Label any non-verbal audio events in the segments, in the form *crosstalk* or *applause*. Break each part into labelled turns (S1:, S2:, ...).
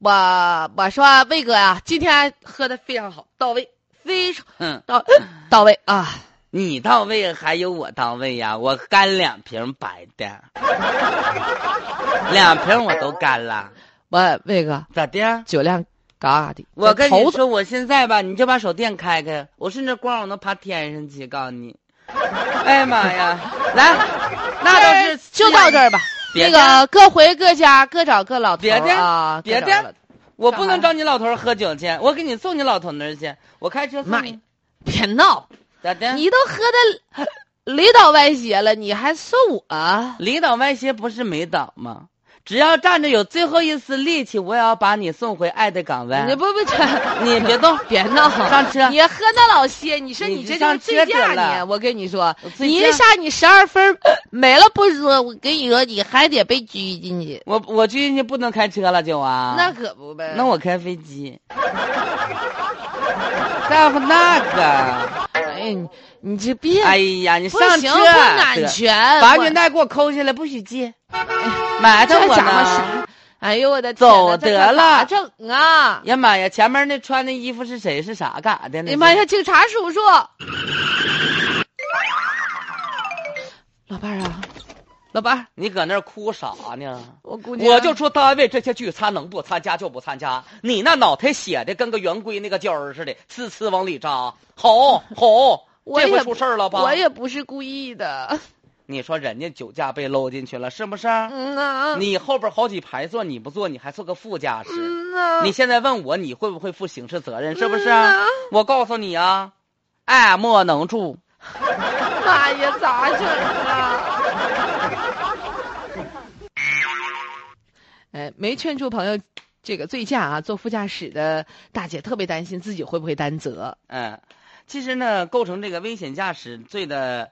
S1: 我我说魏哥呀、今天喝的非常好，到位，非常
S2: 嗯， *laughs*
S1: 到到位啊！
S2: 你到位还有我到位呀？我干两瓶白的，两瓶我都干了，
S1: 我魏哥
S2: 咋的？
S1: 酒量嘎嘎的，
S2: 我跟你
S1: 头子
S2: 说，我现在吧，你就把手电开开，我顺着光我能爬天上去，告诉 *laughs* 你。哎呀妈呀，来，那倒是
S1: 就到这儿吧。
S2: 哎别
S1: 那
S2: 的
S1: 个各回各家，各找各老头
S2: 别
S1: 儿
S2: 的
S1: 啊，
S2: 别
S1: 各
S2: 的
S1: 找各老头儿
S2: 我不能找你老头儿喝酒去，我给你送你老头那儿去，我开车
S1: 妈
S2: 送
S1: 呀
S2: 你，
S1: 别闹，
S2: 咋的？
S1: 你都喝的里倒歪斜了，你还说我？啊
S2: 离岛外斜不是没岛吗？只要站着有最后一丝力气，我也要把你送回爱的岗位。
S1: 你不 *laughs* 不成？
S2: 你
S1: *laughs*
S2: 别动，
S1: 别
S2: *laughs*
S1: 闹，
S2: 上车
S1: 你喝那老些，你说
S2: 啊你
S1: 你
S2: 就
S1: 这就
S2: 上
S1: 是醉
S2: 车得
S1: 驾你，
S2: 了
S1: 我跟你说
S2: 我，醉
S1: 你
S2: 驾
S1: 一下你十二分儿没了不说，我跟你说，你还得被拘进去，
S2: 我我最近就不能开车了，就啊。
S1: 那可不呗。
S2: 那我开飞机。大夫那个，
S1: 哎，你你这别
S2: 哎呀，你
S1: 不
S2: 上车
S1: 行，
S2: 啊
S1: 不揽全，我哎
S2: 把安全带给我抠下来，不许系。埋汰
S1: 这
S2: 我
S1: 家伙
S2: 呢！
S1: 啥？哎呦我的天
S2: 走
S1: 呐这
S2: 得
S1: 可咋
S2: 了
S1: 整啊！
S2: 哎呀妈呀，前面那穿的衣服是谁？是啥干啥的
S1: 哎
S2: 呢？
S1: 呀妈呀，警察叔
S2: *sniffs*
S1: 叔，老伴儿啊，老伴儿，
S2: 你搁那儿哭啥呢？
S1: 我估计啊
S2: 我就说单位这些聚餐能不参加就不参加，你那脑袋血的跟个圆规那个尖儿似的，呲呲往里扎，吼吼，
S1: 我
S2: 这
S1: 也
S2: 回
S1: 不
S2: 出事儿了吧？
S1: 我也不是故意的。
S2: 你说人家酒驾被搂进去了是不是？
S1: 嗯呐，
S2: 你后边好几排坐你不坐，你还坐个副驾驶，
S1: 嗯呐，
S2: 你现在问我你会不会负刑事责任是不是？
S1: 嗯呐
S2: 我告诉你啊，爱莫能助。
S1: 妈呀，咋整啊？ *laughs* 哎，没劝住朋友这个醉驾啊，坐副驾驶的大姐特别担心自己会不会担责。
S2: 嗯，其实呢，构成这个危险驾驶罪的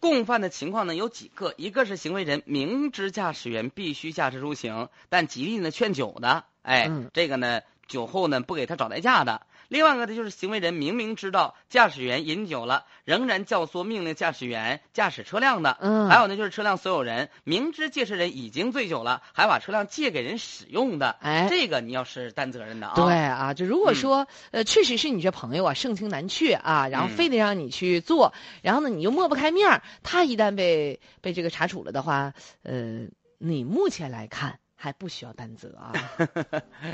S2: 共犯的情况呢有几个，一个是行为人明知驾驶员必须驾驶出行，但极力呢劝酒的，哎，
S1: 嗯
S2: 这个呢酒后呢不给他找代驾的。另外一个呢，就是行为人明明知道驾驶员饮酒了，仍然教唆命令驾驶员驾驶车辆的。
S1: 嗯
S2: 还有呢，就是车辆所有人明知驾驶人已经醉酒了，还把车辆借给人使用的。
S1: 哎
S2: 这个你要是担责任的啊。
S1: 对啊，就如果
S2: 嗯
S1: 说、呃，确实是你这朋友啊，盛情难却啊，然后
S2: 嗯
S1: 非得让你去做，然后呢，你又抹不开面儿，他一旦被被这个查处了的话，呃，你目前来看还不需要担责啊。